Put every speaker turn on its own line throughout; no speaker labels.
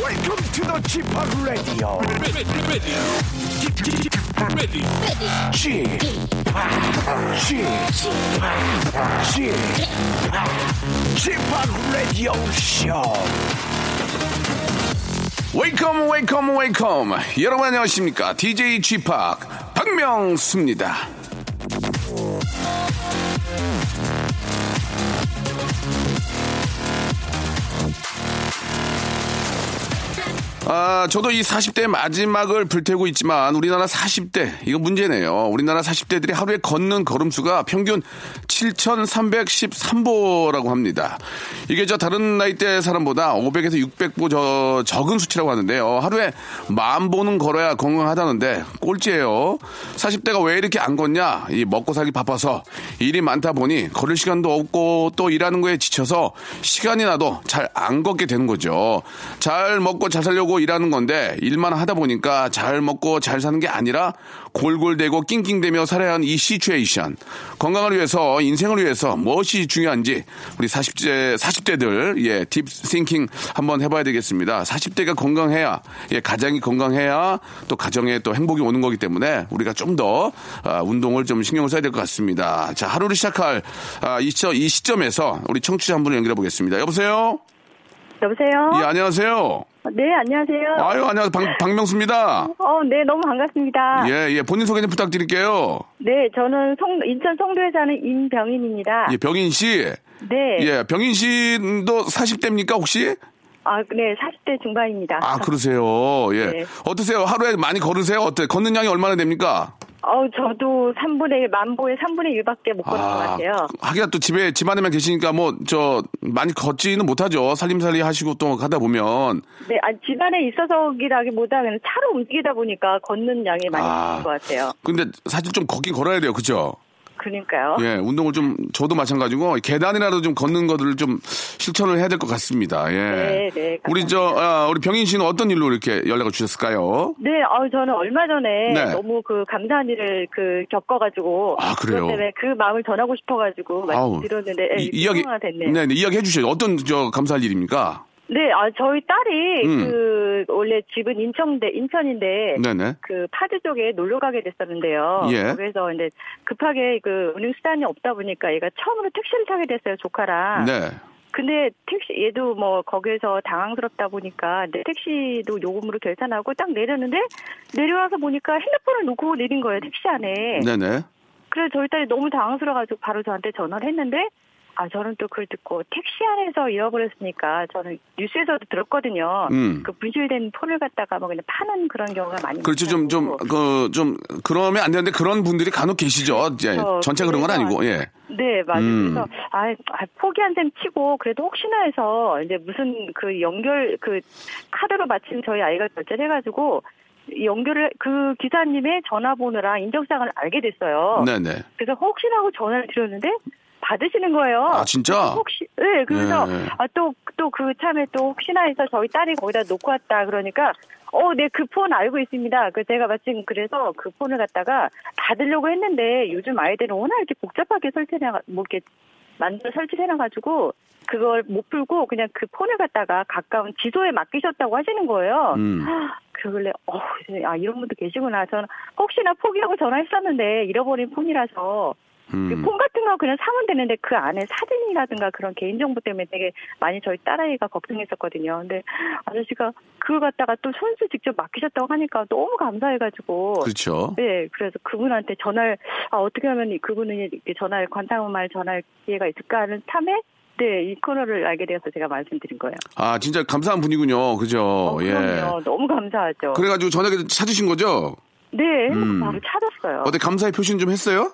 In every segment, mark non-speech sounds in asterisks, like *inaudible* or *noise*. Welcome to the Chip Radio. Chip, Chip, Chip, Radio Show.
웨이컴 웨이컴 웨이컴 여러분 안녕하십니까 DJ g p 박명수입니다 아, 저도 이 40대 마지막을 불태우고 있지만 우리나라 40대 이거 문제네요. 우리나라 40대들이 하루에 걷는 걸음수가 평균 7,313보라고 합니다. 이게 저 다른 나이대 사람보다 500에서 600보 저 적은 수치라고 하는데요. 하루에 만 보는 걸어야 건강하다는데 꼴찌예요. 40대가 왜 이렇게 안 걷냐? 이 먹고 살기 바빠서 일이 많다 보니 걸을 시간도 없고 또 일하는 거에 지쳐서 시간이 나도 잘 안 걷게 되는 거죠. 잘 먹고 잘 살려고 일하는 건데 일만 하다 보니까 잘 먹고 잘 사는 게 아니라 골골대고 낑낑대며 살아야 하는 이 시츄에이션. 건강을 위해서 인생을 위해서 무엇이 중요한지 우리 40대 40대들 예, 딥 싱킹 한번 해 봐야 되겠습니다. 40대가 건강해야 예, 가장이 건강해야 또 가정에 또 행복이 오는 거기 때문에 우리가 좀 더 아, 운동을 좀 신경을 써야 될 것 같습니다. 자, 하루를 시작할 아, 이, 시점, 이 시점에서 우리 청취자 한 분을 연결해 보겠습니다. 여보세요?
여보세요?
예, 안녕하세요.
네, 안녕하세요.
아유, 안녕하세요. 박, 박명수입니다.
어, 네, 너무 반갑습니다.
예, 예. 본인 소개 좀 부탁드릴게요.
네, 저는 성, 인천 성도에 사는 임병인입니다.
예, 병인 씨.
아. 네.
예, 병인 씨도 40대입니까, 혹시?
아, 네, 40대 중반입니다.
아, 그러세요. 예.
네.
어떠세요? 하루에 많이 걸으세요? 어때? 걷는 양이 얼마나 됩니까?
어, 저도 3분의 1, 만보의 3분의 1밖에 못 걷는 것 같아요.
하기야 또 집에, 집안에만 계시니까 뭐, 저, 많이 걷지는 못하죠. 살림살이 하시고 또 가다 보면.
네, 아, 집안에 있어서기라기보다 그냥 차로 움직이다 보니까 걷는 양이 많이
아.
아. 는것 같아요.
근데 사실 좀 걷긴 걸어야 돼요. 그죠?
그러니까요.
예, 운동을 좀, 저도 마찬가지고, 계단이라도 좀 걷는 것들을 좀 실천을 해야 될 것 같습니다. 예.
네, 네,
우리 저, 아, 우리 병인 씨는 어떤 일로 이렇게 연락을 주셨을까요?
네, 어, 저는 얼마 전에
네.
너무 그 감사한 일을 그 겪어가지고
아, 그래요?
그것 때문에 그 마음을 전하고 싶어가지고
아우.
말씀드렸는데 예, 통화가 됐네요.
네, 네, 이야기 해주세요. 어떤 저 감사할 일입니까?
네, 아, 저희 딸이
음.
그 원래 집은 인천대 인천인데
네네.
그 파주 쪽에 놀러 가게 됐었는데요.
예.
그래서 이제 급하게 그 운행 수단이 없다 보니까 얘가 처음으로 택시를 타게 됐어요, 조카랑.
네.
근데 택시 얘도 뭐 거기에서 당황스럽다 보니까 내 택시도 요금으로 계산하고 딱 내렸는데 내려와서 보니까 핸드폰을 놓고 내린 거예요, 택시 안에.
네네.
그래서 저희 딸이 너무 당황스러워가지고 바로 저한테 전화를 했는데 아 저는 또 그걸 듣고 택시 안에서 잃어버렸으니까 저는 뉴스에서도 들었거든요.
음.
그 분실된 폰을 갖다가 뭐 그냥 파는 그런 경우가 많이
그렇죠. 좀, 좀,
많다고.
그, 좀, 그러면 안 되는데 그런 분들이 간혹 계시죠. 예.
그렇죠.
전체 그런 건
그래서
아니고, 예.
네 맞아요.
음.
그래서 아, 아, 포기한 셈 치고 그래도 혹시나 해서 이제 무슨 그 연결 그 카드로 마침 저희 아이가 결제를 해가지고 연결을 그 기사님의 전화번호랑 인적사항을 알게 됐어요.
네네.
그래서 혹시나 하고 전화를 드렸는데 받으시는 거예요.
아, 진짜?
혹시 네 그래서
네.
아또또 그 참에 또 혹시나 해서 저희 딸이 거기다 놓고 왔다 그러니까 어 네 그 폰 알고 있습니다. 그 제가 마침 그래서 그 폰을 갖다가 받으려고 했는데 요즘 아이들은 워낙 이렇게 복잡하게 설치해 뭐 이렇게 만들어 설치해 놔가지고 그걸 못 풀고 그냥 그 폰을 갖다가 가까운 지소에 맡기셨다고 하시는 거예요.
음.
그걸래 어, 아 이런 분도 계시구나. 저는 혹시나 포기하고 전화했었는데 잃어버린 폰이라서 그
음.
폰 같은 거 그냥 사면 되는데 그 안에 사진이라든가 그런 개인정보 때문에 되게 많이 저희 딸아이가 걱정했었거든요. 근데 아저씨가 그걸 갖다가 또 손수 직접 맡기셨다고 하니까 너무 감사해가지고.
그렇죠.
네, 그래서 그분한테 전화를, 아, 어떻게 하면 이- 그분은 이렇게 전화를, 관상음말 전할 기회가 있을까 하는 참에, 네, 이 코너를 알게 되어서 제가 말씀드린 거예요.
아, 진짜 감사한 분이군요. 그죠.
어,
예.
그럼요. 너무 감사하죠.
그래가지고 저녁에 찾으신 거죠?
네,
음.
바로 찾았어요.
어때 감사의 표시는 좀 했어요?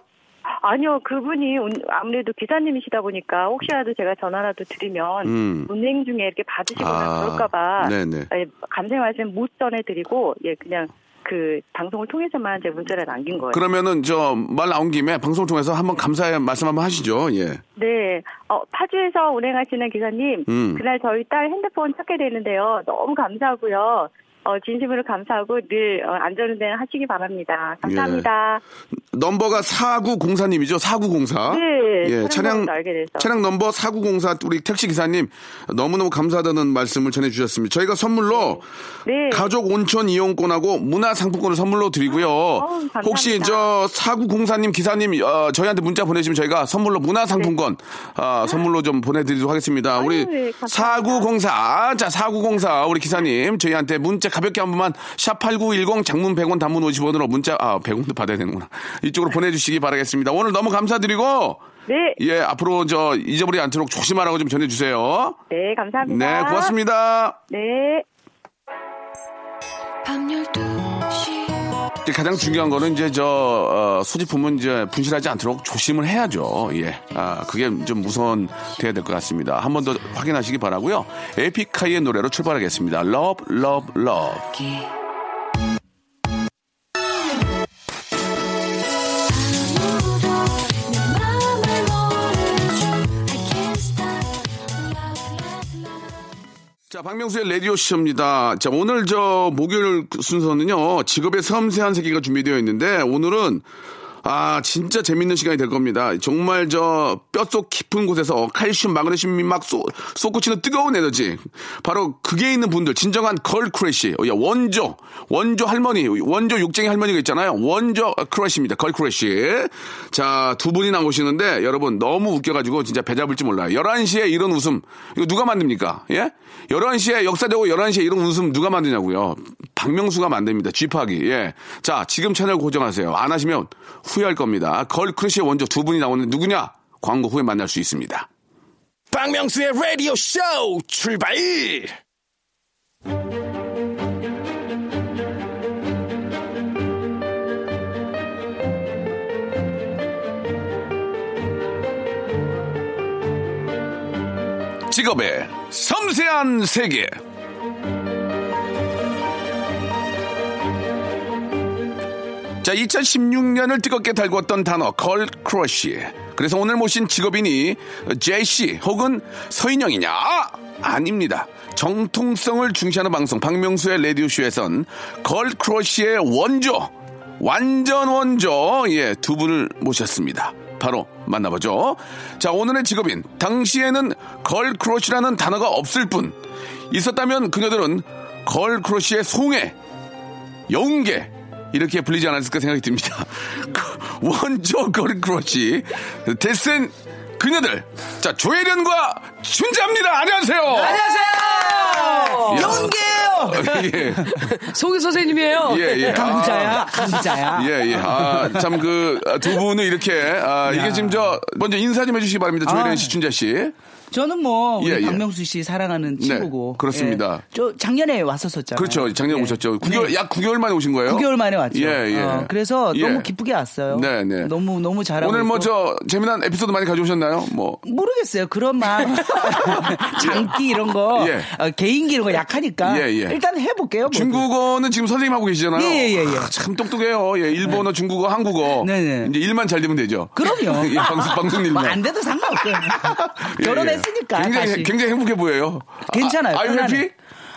아니요, 그분이 운- 아무래도 기사님이시다 보니까 혹시라도 제가 전화라도 드리면
음.
운행 중에 이렇게 받으시거나
아,
그럴까봐
네네.
예, 감사 말씀 못 전해드리고 예 그냥 그 방송을 통해서만 제 문자를 남긴 거예요.
그러면은 저 말 나온 김에 방송 통해서 한번 감사의 말씀 한번 하시죠. 예.
네, 어, 파주에서 운행하시는 기사님,
음.
그날 저희 딸 핸드폰 찾게 되는데요. 너무 감사하고요. 어, 진심으로 감사하고 늘 어, 안전운전 하시기 바랍니다. 감사합니다.
넘버가 4904님이죠. 4904.
네,
예,
차량
차량
번호도 알게 돼서.
차량 넘버 4904 우리 택시 기사님 너무너무 감사하다는 말씀을 전해 주셨습니다. 저희가 선물로
네.
가족 온천 이용권하고 문화 상품권을 선물로 드리고요.
아, 감사합니다.
혹시 저 4904님 기사님 어, 저희한테 문자 보내시면 저희가 선물로 문화 상품권 아, 선물로 좀 보내 드리도록 하겠습니다. 우리
네, 감사합니다.
4904. 자, 4904 우리 기사님 저희한테 문자 가볍게 한 번만 샵8910 장문 100원 단문 50원으로 문자 아, 100원도 받아야 되는구나. 이쪽으로 보내 주시기 바라겠습니다. 오늘 너무 감사드리고
네,
예, 앞으로 저 잊어버리지 않도록 조심하라고 좀 전해 주세요.
네, 감사합니다.
네, 고맙습니다.
네.
이제 가장 중요한 거는 이제 저 어, 소지품은 이제 분실하지 않도록 조심을 해야죠. 예, 아 그게 좀 우선 돼야 될 것 같습니다. 한 번 더 확인하시기 바라고요. 에픽하이의 노래로 출발하겠습니다. Love, Love, Love. 자, 박명수의 라디오 쇼입니다. 자, 오늘 저 목요일 순서는요, 직업의 섬세한 세계가 준비되어 있는데, 오늘은, 아, 진짜 재밌는 시간이 될 겁니다. 정말 저 뼛속 깊은 곳에서 칼슘, 마그네슘이 막 쏟, 솟구치는 뜨거운 에너지. 바로 그게 있는 분들, 진정한 걸 크래쉬. 어, 야, 원조, 원조 할머니, 원조 육쟁이 할머니가 있잖아요. 원조 크래쉬입니다. 걸 크래쉬. 자, 두 분이 나오시는데, 여러분, 너무 웃겨가지고 진짜 배 잡을지 몰라요. 11시에 이런 웃음, 이거 누가 만듭니까? 예? 11시에 역사적으로 11시에 이런 웃음 누가 만드냐고요. 박명수가 만듭니다. 쥐파기. 예. 자, 지금 채널 고정하세요. 안 하시면 후회할 겁니다. 걸 크러쉬의 원조 두 분이 나오는데 누구냐? 광고 후에 만날 수 있습니다.
박명수의 라디오 쇼 출발!
직업의 섬세한 세계. 자, 2016년을 뜨겁게 달구었던 단어 걸 크러쉬. 그래서 오늘 모신 직업인이 제시 혹은 서인영이냐? 아! 아닙니다. 정통성을 중시하는 방송 박명수의 라디오 쇼에선 걸 크러쉬의 원조, 완전 원조 예, 두 분을 모셨습니다. 바로 만나보죠. 자, 오늘의 직업인 당시에는 걸 크러쉬라는 단어가 없을 뿐 있었다면 그녀들은 걸 크러쉬의 송해 영웅계 이렇게 불리지 않았을까 생각이 듭니다.
음.
그 원조 걸크러쉬 데센 그녀들 자 조혜련과 춘자입니다. 안녕하세요. 안녕하세요. *laughs* 영계예요.
*laughs* 송이 선생님이에요.
예, 예.
강자야, 강자야.
예예. 아, 참 그 두 분은 이렇게 아, 이게 지금 저 먼저 인사 좀 해주시기 바랍니다.
아.
조혜련 씨, 춘자 씨.
저는 뭐 우리
예, 예.
박명수 씨 사랑하는
네,
친구고.
그렇습니다.
예. 저 작년에 왔었었잖아요.
그렇죠. 작년 에
예.
오셨죠. 9개월
네.
약 9개월 만에 오신 거예요?
9개월 만에 왔죠.
예, 예.
어, 그래서
예.
너무 기쁘게 왔어요.
네, 네.
너무 너무 잘하고.
오늘 뭐
있고.
저 재미난 에피소드 많이 가져오셨나요? 뭐
모르겠어요. 그런 막
*laughs*
장기 이런 거
예.
어, 개인기 이런 거 약하니까
예, 예.
일단 해볼게요. 뭐.
중국어는 지금 선생님 하고 계시잖아요.
예, 예, 예, 예.
아, 참 똑똑해요. 예, 일본어, 중국어, 한국어.
네, 네.
이제 일만 잘 되면 되죠.
그럼요.
*laughs* 예, 방송 방송 일만.
뭐안 돼도
*laughs*
상관없어요.
예, 예.
결혼했으니까
굉장히
다시.
굉장히 행복해 보여요.
괜찮아요.
아, are you happy?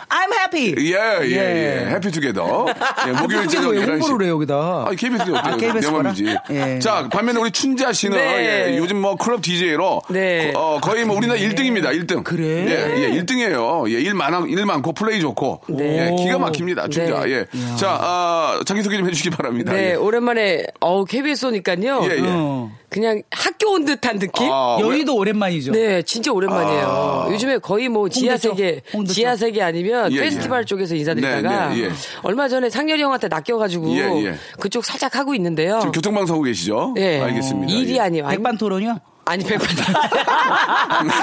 I'm happy. 아,
예, 예, 예. 해피 투게더. 예, 목요일 저녁
왜
11시.
홍보를 해 여기다.
아, KBS
아,
어때요?
KBS
내
구나.
맘이지.
예.
자, 반면에 우리 춘자 씨는
네.
예, 요즘 뭐 클럽 DJ로
네.
어, 거의 뭐 우리나라 1등입니다. 1등.
그래?
예, 예, 1등이에요. 예, 일 많아 일 많고 플레이 좋고.
네.
예, 기가 막힙니다. 춘자.
네.
예. 자, 아, 자기 소개 좀 해 주시기 바랍니다.
네,
예.
오랜만에 어우 KBS 오니까요.
예, 예.
어.
그냥 학교 온 듯한 느낌.
아, 왜-
여의도 오랜만이죠.
네, 진짜 오랜만이에요. 요즘에 거의 뭐 지하 세계,
홍대죠.
지하 세계 아니면
예, 예.
페스티벌 쪽에서 인사드리다가
네, 네, 예.
얼마 전에 상렬이 형한테 낚여가지고
예, 예.
그쪽 살짝 하고 있는데요.
지금 교통방송 하고 계시죠?
예.
알겠습니다.
일이
예.
아니에요. 아니-
백반 토론이요? 아,
아니 180.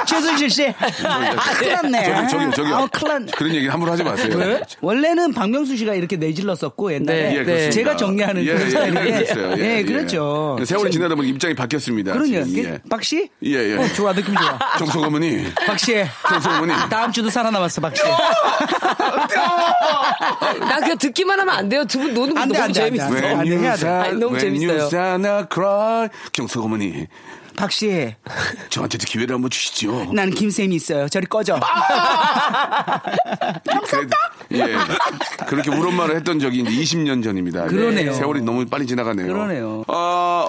최순실 씨. 아, 큰일 났네.
음. 저기, 예. 저기, 저기.
아, 큰일 났네.
그런 얘기 함부로 하지 마세요.
왜? 원래는 박명수 씨가 이렇게 내질렀었고
네,
옛날에
예, 그렇습니다.
제가 정리하는
예,
그런
예,
스타일인데
예, 그랬어요. 예,
예,
예.
그렇죠.
세월이 지나다 보니 입장이 바뀌었습니다.
그럼요.
지금, 예.
박 씨?
예, 예.
어, 좋아 느낌 좋아.
*laughs* 정석 어머니.
박 씨.
정석 어머니.
다음 주도 살아남았어 박 씨.
*laughs* 나 그냥 듣기만 하면 안 돼요. 두 분 노는 거
안 돼,
너무
안 돼, 안
재밌어.
돼, 안 돼.
When you
해야 돼.
sigh-
아니, 너무
when you
재밌어요.
sigh and cry. 경석 어머니.
박 씨.
저한테도 기회를 한번 주시죠.
난 김쌤이 있어요. 저리 꺼져.
아, 그래도- 예. 그렇게 우런 말을 했던 적이 이제 20년 전입니다. 예.
그러네요.
세월이 너무 빨리 지나가네요.
그러네요.
어,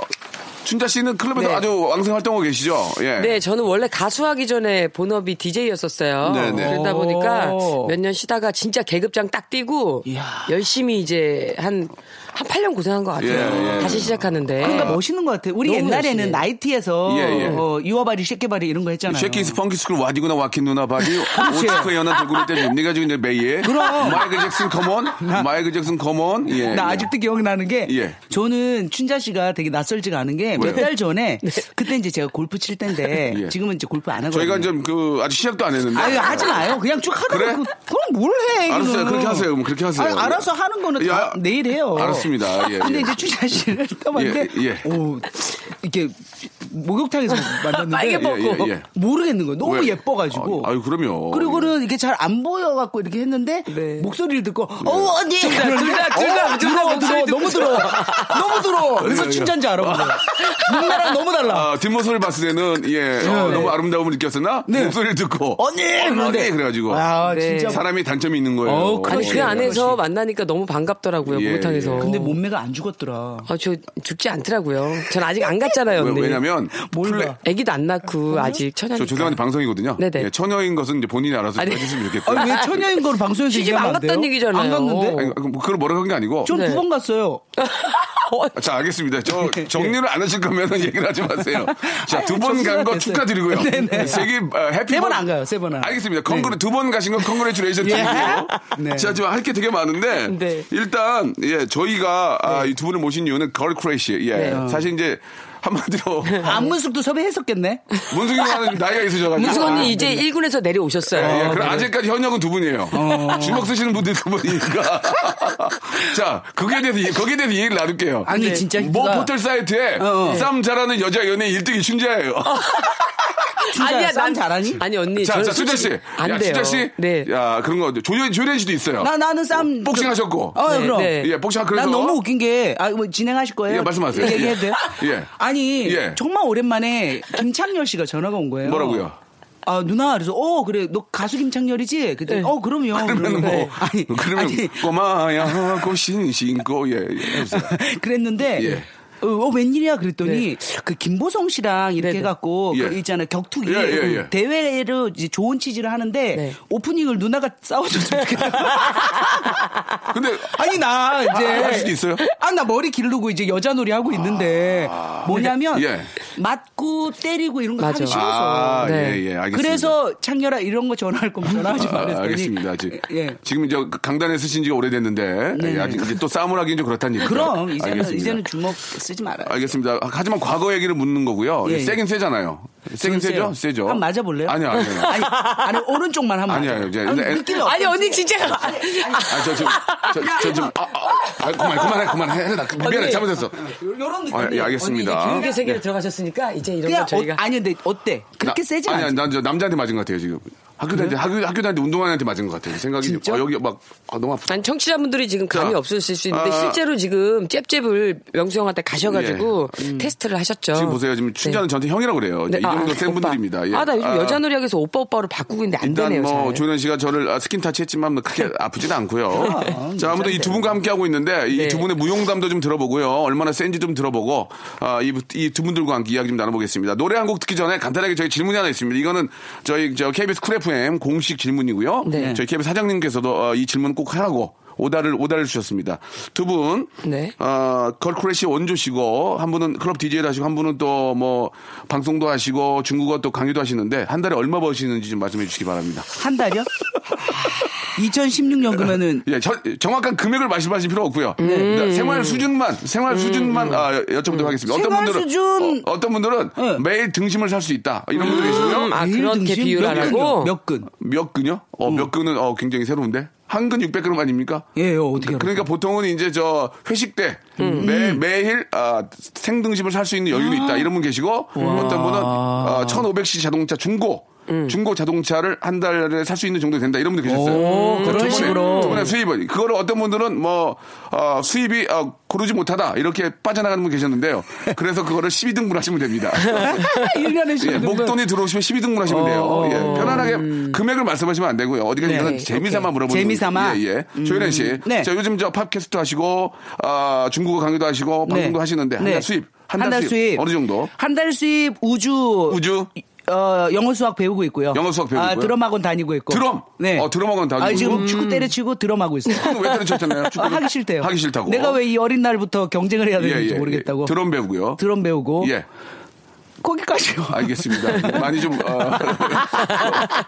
춘자 씨는 클럽에서
네.
아주 왕생 활동하고 계시죠? 예.
네, 저는 원래 가수하기 전에 본업이 DJ였었어요.
네, 네.
그러다 보니까
오.
몇 년 쉬다가 진짜 계급장 딱 뛰고
이야.
열심히 이제 한, 한 8년 고생한 것 같아요.
예, 예.
다시 시작하는데.
그러니까 멋있는 것 같아. 우리
너무
옛날에는
열심히.
나이트에서
예, 예.
어, 유어바리, 쉐끼바리 이런 거 했잖아요. 아,
쉐킹 스펑키 스쿨 와디구나 와킨 누나
*laughs*
바디 오츠크 연한 돌고래 때 니가 지금 이제 메이에
그럼.
마이클 잭슨 컴온 마이클 잭슨 컴온 예,
나
예.
아직도 기억나는 게
예.
저는 춘자 씨가 되게 낯설지가 않은 게 몇
왜요? 네.
달 전에 그때 이제 제가 골프 칠 때인데
예.
지금은 이제 골프 안 하거든요.
저희가 좀 그 아직 시작도 안 했는데
아유 하지 마요. 그냥 쭉 하다
그래?
그, 그럼 뭘 해? 이거는.
알았어요. 그렇게 하세요. 그럼 그렇게 하세요.
아유, 알아서 하는 거는
예,
다
아,
내일 해요.
알았습니다.
*laughs*
예,
근데
예.
이제 춘자 *laughs* 씨를 떠봤는데
예, 예.
오 이렇게
*laughs*
목욕탕에서 만났는데 뭐
빨개 벗고.
예.
모르겠는 거예요. 너무
왜?
예뻐가지고.
아유, 그럼요. 뭐.
그리고는 이게 잘 안 보여갖고 이렇게 했는데
네.
목소리를 듣고
예.
어우 언니
둘다,
어,
둘다
들어와, 들어와,
목소리
너무 들어 너무 들어 그래서 칭찬지 알아
*laughs*
눈나랑 너무 달라
예, 아, 뒷모습을 봤을 때는 예 어,
네.
너무 아름다움을 느꼈으나
네.
목소리를 듣고
언니 그런데
아, 언니! 그래가지고
아
네.
진짜
사람이 단점이 있는 거예요.
어우,
아니,
예.
그 안에서 만나니까 너무 반갑더라고요.
예,
목욕탕에서.
예.
근데 뭐- 몸매가 안 죽었더라
아, 저 죽지 않더라고요. 전 아직 안 갔잖아요.
왜,
언니.
왜냐면
뭘
플레-
봐.
아기도 안 낳고 아직 천연.
저 죄송한데 방송이거든요.
네네.
예, 처녀인 것은 이제 본인이 알아서
아니.
해주시면 좋겠고.
그러니까. 아니 왜 처녀인 걸 방송에서
시집
얘기하면
안
안 돼요?
갔다는 얘기잖아요.
안 갔는데
어.
아니, 그- 그걸 뭐라고 한 게 아니고. 아,
전 두
네.
번 갔어요
자, 알겠습니다. 저 정리를 안 하실 거면 얘기를 하지 마세요.
네.
자,
아니,
두 번 간
접수가
거
됐어요.
축하드리고요.
네네.
세계 어, 해피
세번안 가요, 세번 안.
알겠습니다. 컨그레 두번 가신 건 컨그레츄레이션 드리고요.
네.
자, 지금 할 게 되게 많은데
네.
일단 예, 저희가
네.
아, 이 두 분을 모신 이유는 걸 크래시. 예.
네.
사실 이제
*laughs*
한마디로
네. 아. 안문숙도 섭외했었겠네
문승희 형은 나이가 있으셔가지고
문수
아,
언니
네.
이제 1군에서 내려오셨어요.
예, 그럼 아직까지 현역은 두 분이에요.
어.
주먹 쓰시는 분들 두
*laughs*
분이니까. 자, 거기에 대해서, 이- 거기에 대해서 얘기를 나눌게요.
아니 진짜
뭐
모
누가-
포털 사이트에
어, 아, 어.
쌈 잘하는 여자 연예인 1등이 춘자예요.
춘자
아니야,
쌈
난-
잘하니?
아니, 언니.
자,
저는
자, 춘자 씨.
솔직히 안
야,
돼요.
춘자 씨.
네.
야, 그런 거. 조연, 조연 씨도 있어요.
나 나는 쌈
복싱 하셨고.
어
네,
그럼
네.
예, 복싱 그래서.
난 너무 웃긴 게, 아, 뭐 진행하실 거예요?
예, 말씀하세요.
이렇게 얘기해도 돼요?
예. 예.
아니,
예.
정말 오랜만에 김창렬 씨가 전화가 온 거예요.
뭐라고요?
아, 누나, 그래서, 어, 그래, 너 가수 김창렬이지? 그때,
네.
어, 그럼요.
그러면 뭐,
그러는데, 아니,
그러면
아니,
꼬마야 하고 신신고 예, 예. 해보세요.
*laughs* 그랬는데,
예.
어, 어, 웬일이야 그랬더니 그 김보성 씨랑 이렇게
네, 네.
해갖고
예.
그 있잖아 격투기
예, 예, 예.
대회로 이제 좋은 취지를 하는데
네.
오프닝을 누나가 싸워줬으면
*laughs*
좋겠다.
근데
아니 나 이제
아, 할 수도 있어요?
아 나 머리 기르고 이제 여자 놀이 하고 있는데 뭐냐면
예.
맞고 때리고 이런 거
맞아.
하기 싫어서
아,
네.
예, 예, 알겠습니다.
그래서 창렬아 이런 거 전화할 거면 전화하지
아,
말랬더니
알겠습니다. 지금,
예.
지금 이제 강단에 쓰신 지가 오래됐는데 예, 아직 이제 또 싸움을 하긴 좀 그렇다는 얘기죠.
그럼 이제는
아, 알겠습니다.
이제는 주먹 쓰지 말아요.
알겠습니다. 하지만 과거 얘기를 묻는 거고요.
예, 예.
세긴 세잖아요. 세긴 세죠?
세요.
세죠.
한번 맞아볼래요?
아니요, 아니요.
*laughs* 아니, 아니 오른쪽만 한번
아니요,
맞아요.
이제- 이제-
아니, 느낌이 없어.
아니, 언니 진짜.
아, 저 지금, 저, 저 지금, 아, 아, 아, 그만, 그만해, 그만해. 나 미안해,
언니.
잘못했어.
요런 느낌.
아, 네. 예, 알겠습니다.
길게 세계로 들어가셨으니까 이제 이런
그냥
거 저희가.
어, 아니 근데 어때? 그렇게
나-
세지
아니,
않아.
아니, 난저 남자한테 맞은 것 같아요, 지금. 학교 다닐 때, 학교, 학교 다닐 때 운동화한테 맞은 것 같아요. 생각이,
진짜?
아, 여기 막, 아, 너무 아프다.
아니, 청취자분들이 지금 감이
자,
없으실 수 있는데
아.
실제로 지금 잽잽을 명수 형한테 가셔가지고 테스트를 하셨죠.
예. 음. 지금 보세요. 지금 춘자는 저한테 형이라고 그래요. 이제
어, 네,
이
아,
정도
아,
센
오빠.
분들입니다. 예.
아, 나 요즘
아,
여자 놀이학에서 오빠 오빠로 바꾸고 있는데 안
일단
되네요.
뭐
잘.
조현 씨가 저를 아, 스킨 터치했지만 뭐 크게
*laughs*
아프진 않고요. 자 아무튼 이 두 분과 함께 하고 있는데 이
네.
두 분의 무용담도 좀 들어보고요. 얼마나 센지 좀 들어보고 아, 이이 두 분들과 함께 이야기 좀 나눠보겠습니다. 노래 한 곡 듣기 전에 간단하게 저희 질문이 하나 있습니다. 이거는 저희 저 KBS 쿨 FM 공식 질문이고요.
네.
저희 KBS 사장님께서도 어, 이 질문 꼭 하라고. 오다를 오다를 주셨습니다. 두 분,
네.
어, 걸크래시 원조시고 한 분은 클럽 DJ를 하시고 한 분은 또 뭐 방송도 *laughs* 하시고 중국어 또 강의도 하시는데 한 달에 얼마 버시는지 좀 말씀해 주시기 바랍니다.
한 달이요? 2016년 그러면은
예, 저- 정확한 금액을 말씀하실 필요 없고요.
네.
그러니까 생활 수준만 생활 수준만 아, 여쭤보도록 하겠습니다. 어떤
음. 생활
분들은
수준!
어, 떤 분들은
네. 음.
매일 등심을 살 수 있다 이런 분들 계시고요.
아,
매일
그렇게
등심?
비율하라고?
몇 근?
몇 근요? 어,
음.
몇 근은 어, 굉장히 새로운데 한 근 600g 아닙니까?
예, 요 음. 어떻게 알아?
그러니까 보통은 이제 저 회식 때 매, 매일 아, 생등심을 살 수 있는 여유가 있다 이런 분 계시고 어떤 분은 아, 1,500cc 자동차 중고
음.
중고 자동차를 한 달에 살 수 있는 정도 된다 이런 분들
오,
계셨어요.
그런 식으로.
저번에 수입을 그거를 어떤 분들은 뭐 어, 수입이 어, 고르지 못하다 이렇게 빠져나가는 분 계셨는데요. 그래서 그거를 12등분 하시면
*laughs*
됩니다.
아, 1년에
예,
10근.
목돈이 들어오시면 12등분 하시면 돼요. 예, 편안하게 금액을 말씀하시면 안 되고요. 어디가
음. 네,
이거는 재미삼아
오케이.
물어보는
재미삼아?
예, 예. 조현현 씨.
네.
자, 요즘 저 팟캐스트 하시고 아, 중국어 강의도 하시고 방송도 뭐 하시는데 한 달
네.
수입 한
한
달
달
수입. 어느 정도?
한 달 수입 우주
우주?
어, 영어 수학 배우고 있고요.
영어 수학 배우고
아,
있고요?
드럼 학원 다니고 있고.
드럼?
네.
어, 드럼 학원 다니고
아, 지금
있고? 음.
축구 때려치고 드럼 하고 있어요.
그건 왜 때려쳤잖아요.
아, 하기 싫대요.
하기 싫다고.
내가 왜 이 어린 날부터 경쟁을 해야
예,
되는지
예,
모르겠다고.
예. 드럼 배우고요.
드럼 배우고.
예.
거기까지요. *laughs*
알겠습니다. 많이 좀 어,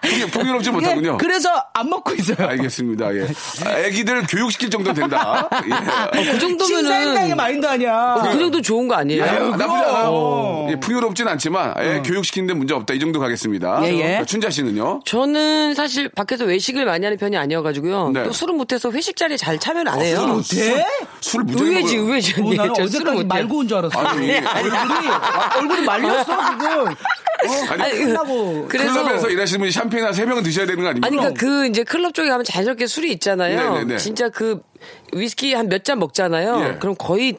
풍요- 풍요롭지 못하군요.
예, 그래서 안 먹고 있어요. *laughs*
알겠습니다. 예. 아기들 교육시킬 정도 된다.
어,
예.
신사임당의
그 정도면은
마인드 아니야.
그 정도 좋은 거 어. 아니에요?
아, 나쁘지
그럼.
않아요. 예, 풍요롭진 않지만 예, 교육시키는데 문제 없다. 이 정도 가겠습니다.
예, 예.
자, 춘자 씨는요?
저는 사실 밖에서 외식을 많이 하는 편이 아니어가지고요.
네. 어,
또 술은 못해서 회식 자리에 잘 참여를 안 해요.
못해?
술을 무지하게
네. 어, 의외지,
먹어요.
의외지.
어,
언니.
나는
저 술은
어제까지
못해요.
말고 온 줄 알았어.
네,
*laughs*
아니,
얼굴이, 얼굴이 말렸어, 지금. 어,
아니,
아니, 끝나고.
그래서-
클럽에서 일하시는 분이 샴페인 한 3병은 드셔야 되는 거 아닙니까?
아니, 그니까 그 이제 클럽 쪽에 가면 자연스럽게 술이 있잖아요.
어. 네네네.
진짜 그 위스키 한 몇 잔 먹잖아요.
예.
그럼 거의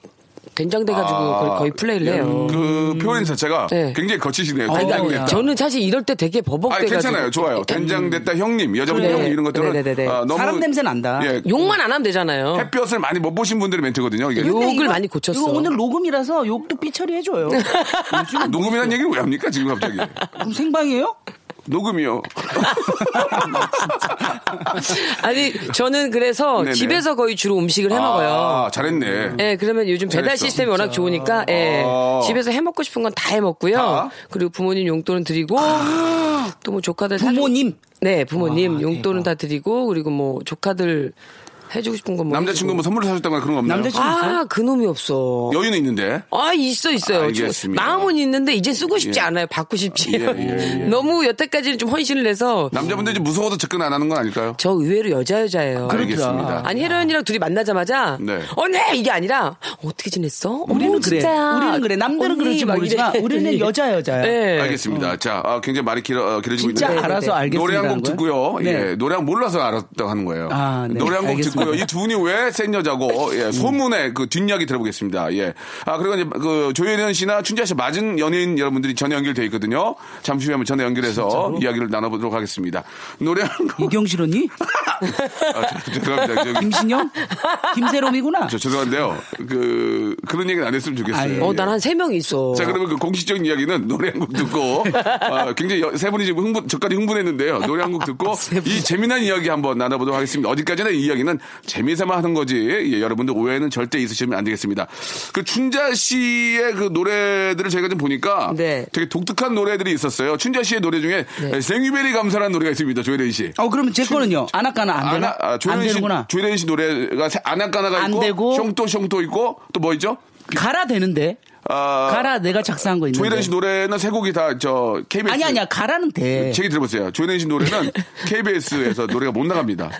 된장 돼가지고 거의, 거의 플레이를 해요.
아. 그 표현 자체가
네.
굉장히 거치시네요.
아니, 그러니까
된장됐다.
저는 사실 이럴 때 되게
예. 아니,
버벅대가지고
괜찮아요. 좋아요. 된장됐다 형님, 여자분
그래.
형님 이런 것들은
네. 네네네네.
아, 너무
사람 냄새 난다.
예,
욕만 안 하면 되잖아요.
햇볕을 많이 못 보신 분들의 멘트거든요. 이게
욕을
근데 이거-
많이 고쳤어.
이거 오늘 녹음이라서 욕도 삐처리 해줘요. 요즘
녹음이란 얘기를 왜 합니까 지금 갑자기?
그럼 생방이에요?
녹음이요.
*laughs* 아니 저는 그래서
네네.
집에서 거의 주로 음식을 해 먹어요.
아, 잘했네.
예, 그러면 요즘 배달
잘했어.
시스템이 워낙 좋으니까 예.
아.
집에서 해 먹고 싶은 건 다 해 먹고요.
다? 아.
그리고 부모님 용돈은 드리고 또 뭐 조카들 사주-
부모님.
네, 부모님 용돈은 다 드리고 그리고 뭐 조카들 해주고 싶은 건뭐
남자친구 뭐 선물을 사줬다거나 그런 거 없나요?
남자친구
아, 그놈이 없어.
여유는 있는데.
아 있어 있어요.
알겠습니다.
저- 마음은 있는데 이제 쓰고 싶지
예.
않아요. 받고 싶지.
예, 예, 예.
너무 여태까지는 좀 헌신을 해서
남자분들이 좀 무서워서 접근 안 하는 건 아닐까요?
저 의외로 여자 여자예요.
알겠습니다.
아니 혜련이랑 둘이 만나자마자
그러니까. 네.
언니 이게 아니라 어떻게 지냈어?
우리는
어,
그래.
진짜야.
우리는 그래. 남들은
언니,
그럴지
막
모르지만
이래. *laughs*
우리는 여자 여자야.
네.
알겠습니다. 자, 아, 굉장히 말이 길어, 어, 길어지고
진짜
있는데.
알아서 알겠습니다.
노래 한 곡 듣고요.
네.
예, 노래 한 몰라서 알았다고 하는 거예요.
아, 네.
노래 한 곡
알겠습니다. 음.
듣고요. 이 두 분이 왜 센 여자고, 예, 소문의 그 뒷이야기 들어보겠습니다. 예. 아, 그리고 이제 그 조혜련 씨나 춘자 씨 맞은 연예인 여러분들이 전화 연결돼 있거든요. 잠시 후에 한번 전화 연결해서 이야기를 나눠보도록 하겠습니다. 노래 한 곡.
이경실 언니?
아, 저-
*laughs*
죄송합니다. 저기.
김신영? 김세롬이구나.
저 죄송한데요. 그, 그런 얘기는 안 했으면 좋겠어요.
아, 예.
어,
예.
난 한 세 명 있어.
자, 그러면 그 공식적인 이야기는 노래 한 곡 듣고, 아, 굉장히 여- 세 분이 지금 흥분, 저까지 흥분했는데요. 노래 한 곡
*laughs*
듣고, 이 재미난 이야기 한번 나눠보도록 하겠습니다. 어디까지나 이 이야기는 재미삼아 하는 거지, 예, 여러분들 오해는 절대 있으시면 안 되겠습니다. 그 춘자 씨의 그 노래들을 저희가 좀 보니까
네.
되게 독특한 노래들이 있었어요. 춘자 씨의 노래 중에
네.
생유베리 감사라는 노래가 있습니다. 조혜린 씨.
어, 그러면 제 거는요. 안 아까나 안 되나?
아나, 아,
안
조혜린 씨,
되는구나.
조혜린 씨 노래가 세- 아나까나가
안
있고,
되고.
숑토 숑토 있고, 또 뭐 있죠?
가라 되는데.
아,
가라 내가 작사한 거 있는데.
조혜린 씨 노래는 세 곡이 다 저 KBS 그
아니 아니야. 네. 가라는 돼.
제기 들어보세요. 조현현 씨
*laughs*
노래는 KBS에서 노래가 못 나갑니다.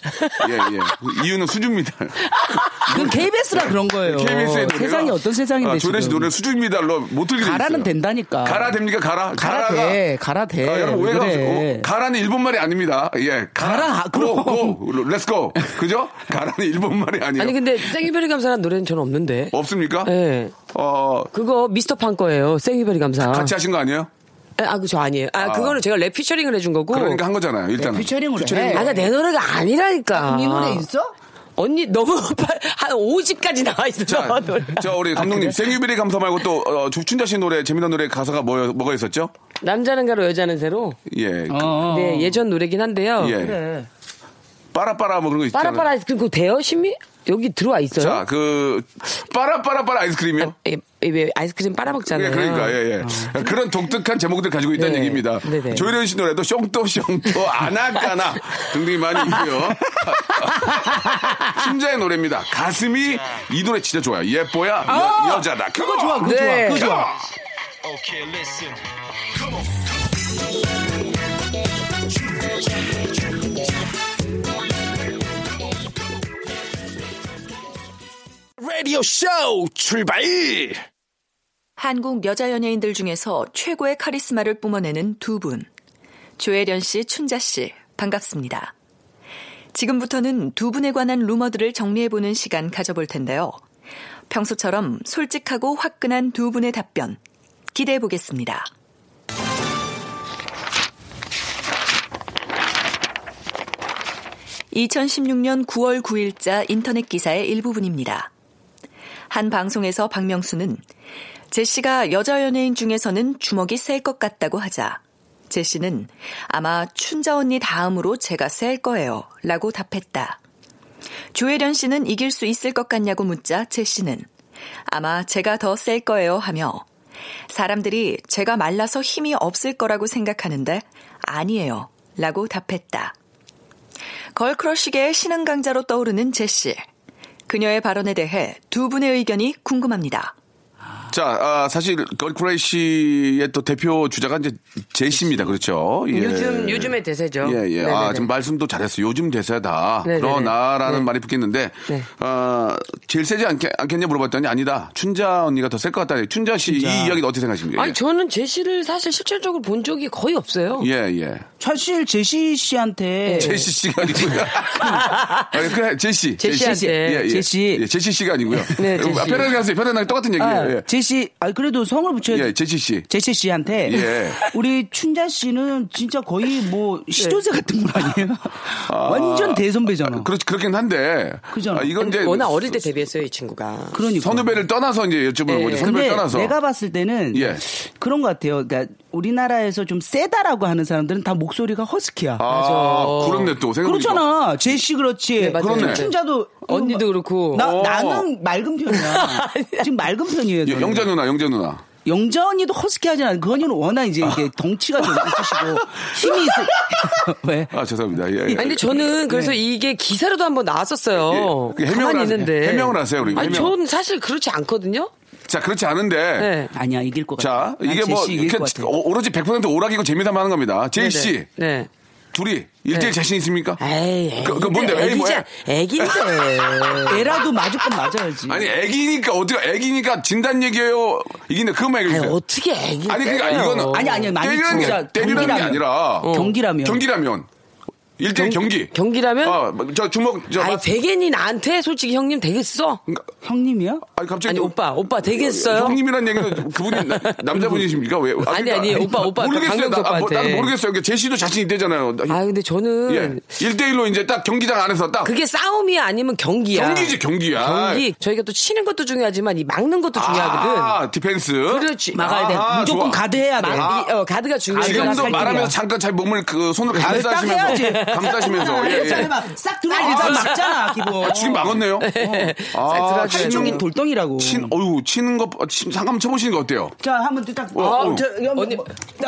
예, 예. 이유는
*laughs*
수줍니다.
아, 그건 KBS라 그런 거예요.
KBS의 노래가
어, 세상이 어떤 세상인데
아, 조현현 씨
지금.
노래 수줍니다로 못 들리게
가라는
돼 있어요.
된다니까.
가라 됩니까? 가라.
가라
가라가-
돼. 가라 돼.
아, 여러분 오해가
왜 그래.
없어요. 어, 가라는 일본 말이 아닙니다. 예.
가라,
고,
그럼.
고. 렛츠고. 그죠? 가라는 일본 말이 아니에요.
아니 근데 생이별이 감사라는 노래는 저는 없는데.
네.
없습니까?
예.
어,
그거 미스터 판 거예요. 생이별이 감사.
같이 하신 거 아니에요?
아, 그 저 아니에요. 아, 그거는 제가 랩 피처링을 해준 거고.
그러니까 한 거잖아요.
네,
일단은.
피처링으로 해. 그러니까
아니 그러니까 내 노래가 아니라니까.
이 노래 있어?
언니 너무 *laughs* 빨- 한 5집까지 나와 있어.
자,
노래.
자, 우리
아,
감독님 생유비리 감사 말고 또 어, 조춘자 씨 노래 재미난 노래 가사가 뭐 뭐가 있었죠?
남자는 가로 여자는 새로.
예.
아,
어.
네, 예전 노래긴 한데요.
예.
그래.
빠라빠라 뭐 그런 거 있잖아요.
빠라빠라 그리고 돼요 심이 여기 들어와 있어요.
자, 그 빠라빠라빠라 아이스크림이요.
예, 예, 왜 아이스크림 빨아먹잖아요. 어.
예, 그러니까 예,
어.
예. 그런 독특한 제목들 가지고
예.
있다는
네.
얘기입니다.
네네.
조혜련 씨 노래도 숑또 숑또 아나까나 등등이 많이 있고요. *laughs* 춘자의 노래입니다. 가슴이 이 노래 진짜 좋아요. 예뻐야 여, 여자다.
그거 좋아, 그거 좋아,
네.
그거 좋아.
라디오 쇼 출발!
한국 여자 연예인들 중에서 최고의 카리스마를 뿜어내는 두 분. 조혜련 씨, 춘자 씨, 반갑습니다. 지금부터는 두 분에 관한 루머들을 정리해보는 시간 가져볼 텐데요. 평소처럼 솔직하고 화끈한 두 분의 답변 기대해 보겠습니다. (2016년 9월 9일자) 인터넷 기사의 일부분입니다. 한 방송에서 박명수는 제시가 여자 연예인 중에서는 주먹이 셀 것 같다고 하자 제시는 아마 춘자 언니 다음으로 제가 셀 거예요 라고 답했다. 조혜련 씨는 이길 수 있을 것 같냐고 묻자 제시는 아마 제가 더 셀 거예요 하며 사람들이 제가 말라서 힘이 없을 거라고 생각하는데 아니에요 라고 답했다. 걸크러쉬계의 신흥 강자로 떠오르는 제시. 그녀의 발언에 대해 두 분의 의견이 궁금합니다.
자, 아, 사실 걸크레이시의 또 대표 주자가 이제 제시입니다. 그렇죠? 예.
요즘 요즘의 대세죠.
예, 예. 아,
네네네.
지금 말씀도 잘했어요. 요즘 대세다.
네네네.
그러나라는
네.
말이 붙겠는데,
네.
아, 제일 세지 않겠, 않겠냐 물어봤더니 아니다. 춘자 언니가 더 셀 것 같다. 춘자 씨 이 이야기는 어떻게 생각하십니까?
아니 저는 제시를 사실 실질적으로 본 적이 거의 없어요.
예, 예.
사실 제시
예.
씨한테
제시 씨가 아니고요. 아니, 그 제시.
제시한테.
제시.
예, 제시 씨가 아니고요.
네, 제시.
아, 편하게 하세요. 편안하게 똑같은 얘기예요.
아,
예.
제시 아 그래도 성을 붙여야
예, 제시 씨.
제시 씨한테
예.
우리 춘자 씨는 진짜 거의 뭐 시조새 같은 분 아니에요? 완전 대선배잖아.
그렇, 그렇긴 한데.
그잖아.
아, 이건 이제.
워낙 어릴 때 데뷔했어요 이 친구가.
그러니까.
선후배를 떠나서 이제 여쭤보는 거죠. 선후배를
근데
떠나서.
내가 봤을 때는
예.
그런 것 같아요. 그러니까 우리나라에서 좀 세다라고 하는 사람들은 다 목소리가 허스키야.
아, 그렇네 또. 생각해보니까.
그렇잖아. 제시 그렇지.
맞아요.
그렇네.
춘자도
언니도 그렇고.
나,
어.
나는 맑은
*laughs*
편이야. 지금 맑은 편이에요.
예,
저는.
영자 누나, 영자 누나.
영자 언니도 허스키 하진 않아. 그 언니는 워낙 이제 이게 덩치가 좀 있으시고 힘이 있어. *laughs* 왜?
아 죄송합니다. 예. 예.
아니
*laughs*
근데 저는 그래서 이게 기사로도 한번 나왔었어요.
예, 그 해명을
가만히
하세요.
있는데.
해명을 하세요, 우리.
아니
해명.
저는 사실 그렇지 않거든요.
자 그렇지 않은데.
네.
아니야 이길 것 같아.
자 이게 뭐 이렇게 오- 오로지 100% 오락이고 재미삼아 하는 겁니다. 제이 씨
네.
둘이 일대일 자신 있습니까?
에이, 애기인데,
그, 그 뭔데? 에이, 뭐야?
애기인데.
*laughs*
애라도 맞을 건 맞아야지.
어. 아니 애기니까 어떻게 애기니까 진단 얘기예요. 이긴데 그것만
아니,
얘기해요.
어떻게 애기인데.
아니 그러니까 이거는
아니, 아니, 많이
때리는 게,
진짜
때리는 게
경기라면.
아니라
경기라면.
경기라면 일대일 경기.
어. 경기라면?
어, 뭐저 주먹 저
아니,
맞-
되겠니, 나한테? 솔직히 형님 되겠어?
형님이야?
아니 갑자기
아니,
또-
오빠, 오빠 되겠어요?
형님이란 얘기는 그분이 나- 남자분이십니까? 왜? 아,
*laughs* 아니, 아니, 오빠, 오빠,
모르겠어요. 나,
강경수
아, 뭐,
오빠한테.
나도 모르겠어요. 그러니까 제시도 자신 있대잖아요. 나-
아, 근데 저는
예. 1대1로 이제 딱 경기장 안에서 딱.
그게 싸움이야, 아니면 경기야?
경기지, 경기야.
경기. 저희가 또 치는 것도 중요하지만 이 막는 것도 중요하거든.
아, 디펜스.
그렇지. 막아야 돼.
아,
무조건
좋아. 아,
가드해야 돼.
막, 이, 어, 가드가 중요해.
지금도
살기야.
말하면서 잠깐 잘 몸을 그 손을
딱 해야지.
*laughs*
아,
감싸시면서.
*laughs*
감싸시면서. 예, 예.
싹 들어. 아, 막잖아 기본.
아, 지금 막았네요. 아,
어. 들어가줘야 음.
종인
친,
돌덩이라고.
친, 어유 치는 거, 아, 친, 잠깐 쳐보시는 거 어때요?
자, 한번 딱.
어, 어.
저, 이거 뭐-
언니.
뭐-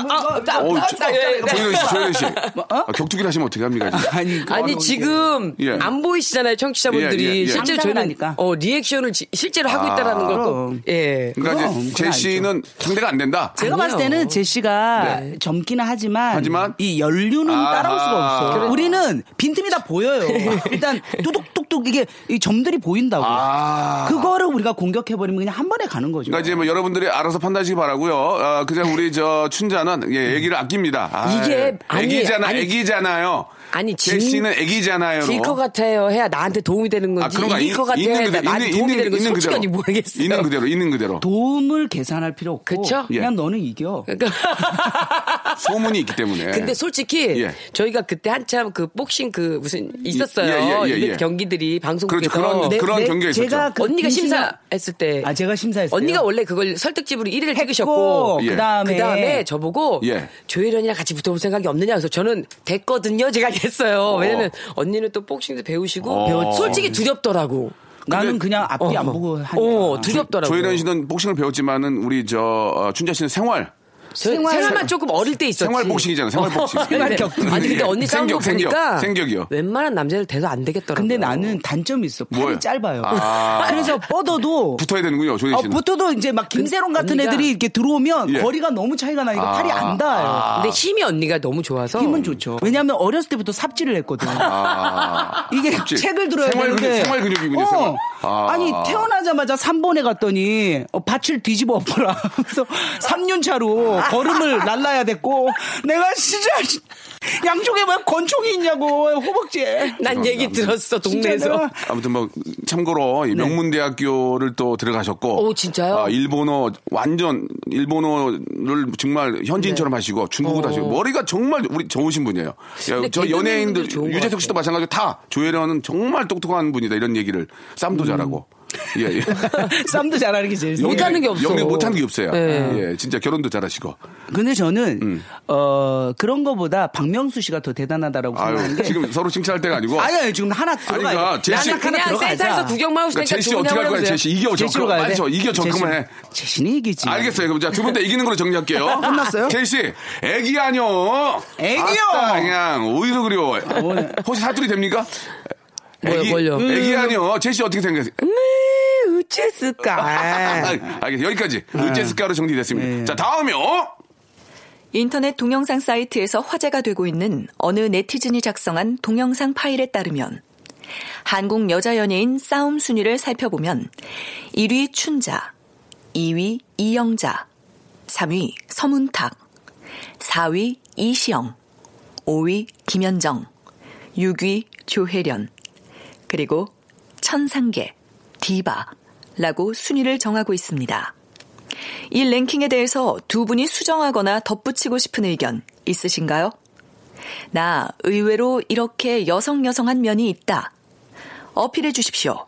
아, 어? 딱,
어우,
딱,
저-
딱, 예, 네.
조현희 씨, 조현희 씨. 아, 격투기를 하시면 어떻게 합니까? 지금?
아니, 그
아니
어려운
지금
예.
안 보이시잖아요 청취자분들이
예, 예, 예.
실제로
상상을
저는
하니까.
어 리액션을 지- 실제로 하고 있다라는
그럼.
걸예
그러니까
그럼,
이제
그건
제시는 상대가 안 된다.
제가 봤을 때는 제시가 젊기는 하지만,
네. 하지만?
이 연륜은
아하.
따라올 수가 없어.
그래.
우리는 빈틈이 다
*laughs*
보여요. 일단 뚜둑뚝뚝 이게 이 점들이 보인다고.
아.
그거를 우리가 공격해버리면 그냥 한 번에 가는 거죠.
그러니까 이제 뭐 여러분들이 알아서 판단하시기 바라고요. 아, 그냥 우리 저 춘자는 예, 애기를 아낍니다. 아,
이게 아니,
애기잖아,
아니,
애기잖아요.
아니, 진-
제시는 애기잖아요.
질것 같아요 해야 나한테 도움이 되는
아,
건지
그런 거
이길
있-
것 같아요 해야
그대-
나한테 도움이 되는 건지
있는
솔직히
그대로.
아니 모르겠어요
있는 그대로, 있는 그대로.
도움을 계산할 필요 없고
그쵸?
그냥
예.
너는 이겨.
그러니까
*laughs*
*laughs*
소문이 있기 때문에.
근데 솔직히
예.
저희가 그때 한참 그 복싱 그 무슨 있었어요
예, 예, 예, 예.
이벤트 경기들이 연예인들이 방송국에서
그렇죠. 그런,
네,
그런
네,
경계가 있었죠.
제가 그
언니가
김신아-
심사했을 때
아, 제가 심사했어요.
언니가 원래 그걸 설득집으로 1위를 찍으셨고
예.
그다음에
그다음에 저보고
예.
조혜련이랑 같이 붙어볼 생각이 없느냐 그래서 저는 됐거든요 제가 했어요 왜냐면 언니는 또 복싱도 배우시고
어.
솔직히 두렵더라고
나는 그냥 앞뒤
어.
안 보고 하니까.
어 두렵더라고
조혜련 씨는 복싱을 배웠지만은 우리 저 어, 춘자 씨는 생활
저- 생활만 조금 어릴 때 있었지
생활 복싱이잖아요. 생활 복싱.
근데-
격투기.
아니 근데 언니
예.
싸운 거
생격, 생격,
보니까
생격이요.
웬만한 남자를 대도 안 되겠더라고
근데 나는 단점이 있어. 팔이
뭐예요?
짧아요.
아.
*laughs* 그래서 뻗어도
붙어야 되는군요, 조혜련
아,
어,
씨는.
붙어도 이제 막 김세롱
그
같은
언니가-
애들이 이렇게 들어오면
예.
거리가 너무 차이가 나니까
아.
팔이 안 닿아요.
근데 힘이 언니가 너무
어.
좋아서
힘은 좋죠. 왜냐하면 어렸을 때부터 삽질을 했거든.
아.
이게
삽질.
책을 들어야
생활 근육,
되는데
생활 근육이군요,
어.
생활. 아.
아. 니 태어나자마자 3번에 갔더니 어, 밭을 뒤집어 엎어라. *laughs* 그래서 3륜차로 걸음을 날라야 됐고 내가 진짜 *laughs* 양쪽에 왜 권총이 있냐고 허벅지에.
난 얘기 들었어
진짜
동네에서
내가
아무튼 뭐 참고로 이 명문대학교를 또 들어가셨고
네. 오, 진짜요?
아, 일본어 완전 일본어를 정말 현지인처럼 하시고 중국어도 하시고 머리가 정말 우리 좋으신 분이에요. 야,
네. 근데
저
개그맨들도
연예인들
좋은 것
유재석 씨도 마찬가지로 다 조혜련은 정말 똑똑한 분이다 이런 얘기를 쌈도 잘하고 예, 예.
쌈도 잘하는 게 제일 세요.
음. *laughs* 못하는 게 없어.
연기 못하는 게 없어요.
네.
예, 진짜 결혼도 잘하시고.
근데 저는
음.
어 그런 거보다 박명수 씨가 더 대단하다라고 생각하는
아유,
게
지금 서로 칭찬할 때가 아니고.
아니, 아니 지금 하나 들어가.
그러니까 제시-
나는 그냥 센터에서 구경만 하고
그러니까
싶으니까
제시 어떻게 할 거야, 제시. 이겨,
제시로
접근.
가야 돼.
빨리 저 이겨, 접근만 해.
제시는 이기지.
알겠어요. 그럼 자, 두 분 다 이기는 걸로 정리할게요.
*laughs* 끝났어요?
케이씨, 애기 아뇨.
애기요.
아따, 그냥, 어디서 그려. 혹시 사투리 됩니까?
뭐요, 뭘요?
애기
음.
아니요. 제시 어떻게 생각하세요?
네. 아,
아,
어째을까
알겠 여기까지. 으째스카로 정리됐습니다.
네.
자, 다음이요.
인터넷 동영상 사이트에서 화제가 되고 있는 어느 네티즌이 작성한 동영상 파일에 따르면 한국 여자 연예인 싸움 순위를 살펴보면 1위 춘자, 2위 이영자, 3위 서문탁, 4위 이시영, 5위 김현정, 6위 조혜련, 그리고 천상계, 디바라고 순위를 정하고 있습니다. 이 랭킹에 대해서 두 분이 수정하거나 덧붙이고 싶은 의견 있으신가요? 나 의외로 이렇게 여성여성한 면이 있다. 어필해 주십시오.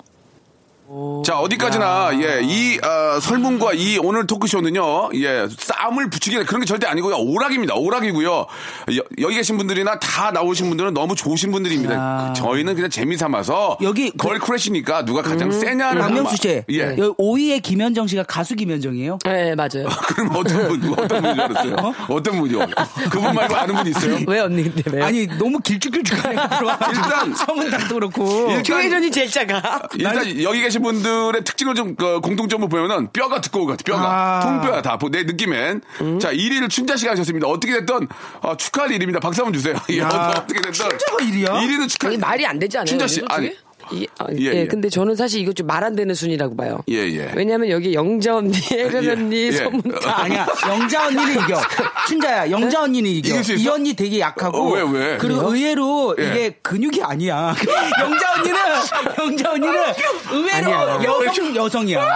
자 어디까지나 예이 설문과 이 오늘 토크쇼는요 예 쌈을 붙이기는 그런 게 절대 아니고요 오락입니다 오락이고요 여, 여기 계신 분들이나 다 나오신 분들은 너무 좋으신 분들입니다
야.
그 저희는 그냥 재미 삼아서
여기 그 음.
걸 크래시니까 누가 가장 세냐를
박명수 씨.
예
여기 5위의 김현정 씨가 가수 김현정이에요?
네 맞아요
그럼 어떤 분 어떤 분이 알았어요 어떤 분이요 그분 말고 아는 분 있어요
왜 언니 근데 그 왜
아니 너무
*laughs*
길쭉길쭉하게 들어와.
일단-
성은탁도 그렇고.
일단-
조혜련이 제일 작아
일단 여기 계신 분들의 특징을 좀 그, 공통점을 보면은 뼈가 두꺼운 것 같아요. 뼈가
아. 음.
통뼈야 다. 보- 내 느낌엔 자 1위를 춘자 씨가 하셨습니다. 어떻게 됐든 어, 축하할 일입니다. 박수 한번 주세요. *laughs* 예,
야.
어, 떻게 됐든
춘자가 1위야?
1위는 축하.
이게 말이 안 되지 않아요?
춘자 씨
이거
아니.
어떻게? 이- 아,
예,
예,
예.
근데 저는 사실 이거 좀 말 안 되는 순위라고 봐요.
예, 예.
왜냐하면 여기 영자 언니, 혜련
예, 예.
언니, 서문탁.
아니야. 영자 언니는 이겨. 춘자야. 영자 언니는 이겨.
네? 이길 수 있어?
이 언니 되게 약하고.
어, 왜, 왜?
그리고 의외로
예.
이게 근육이 아니야. *laughs* 영자 언니는 영자 언니는
아,
의외로
아니야.
여성 여성이야.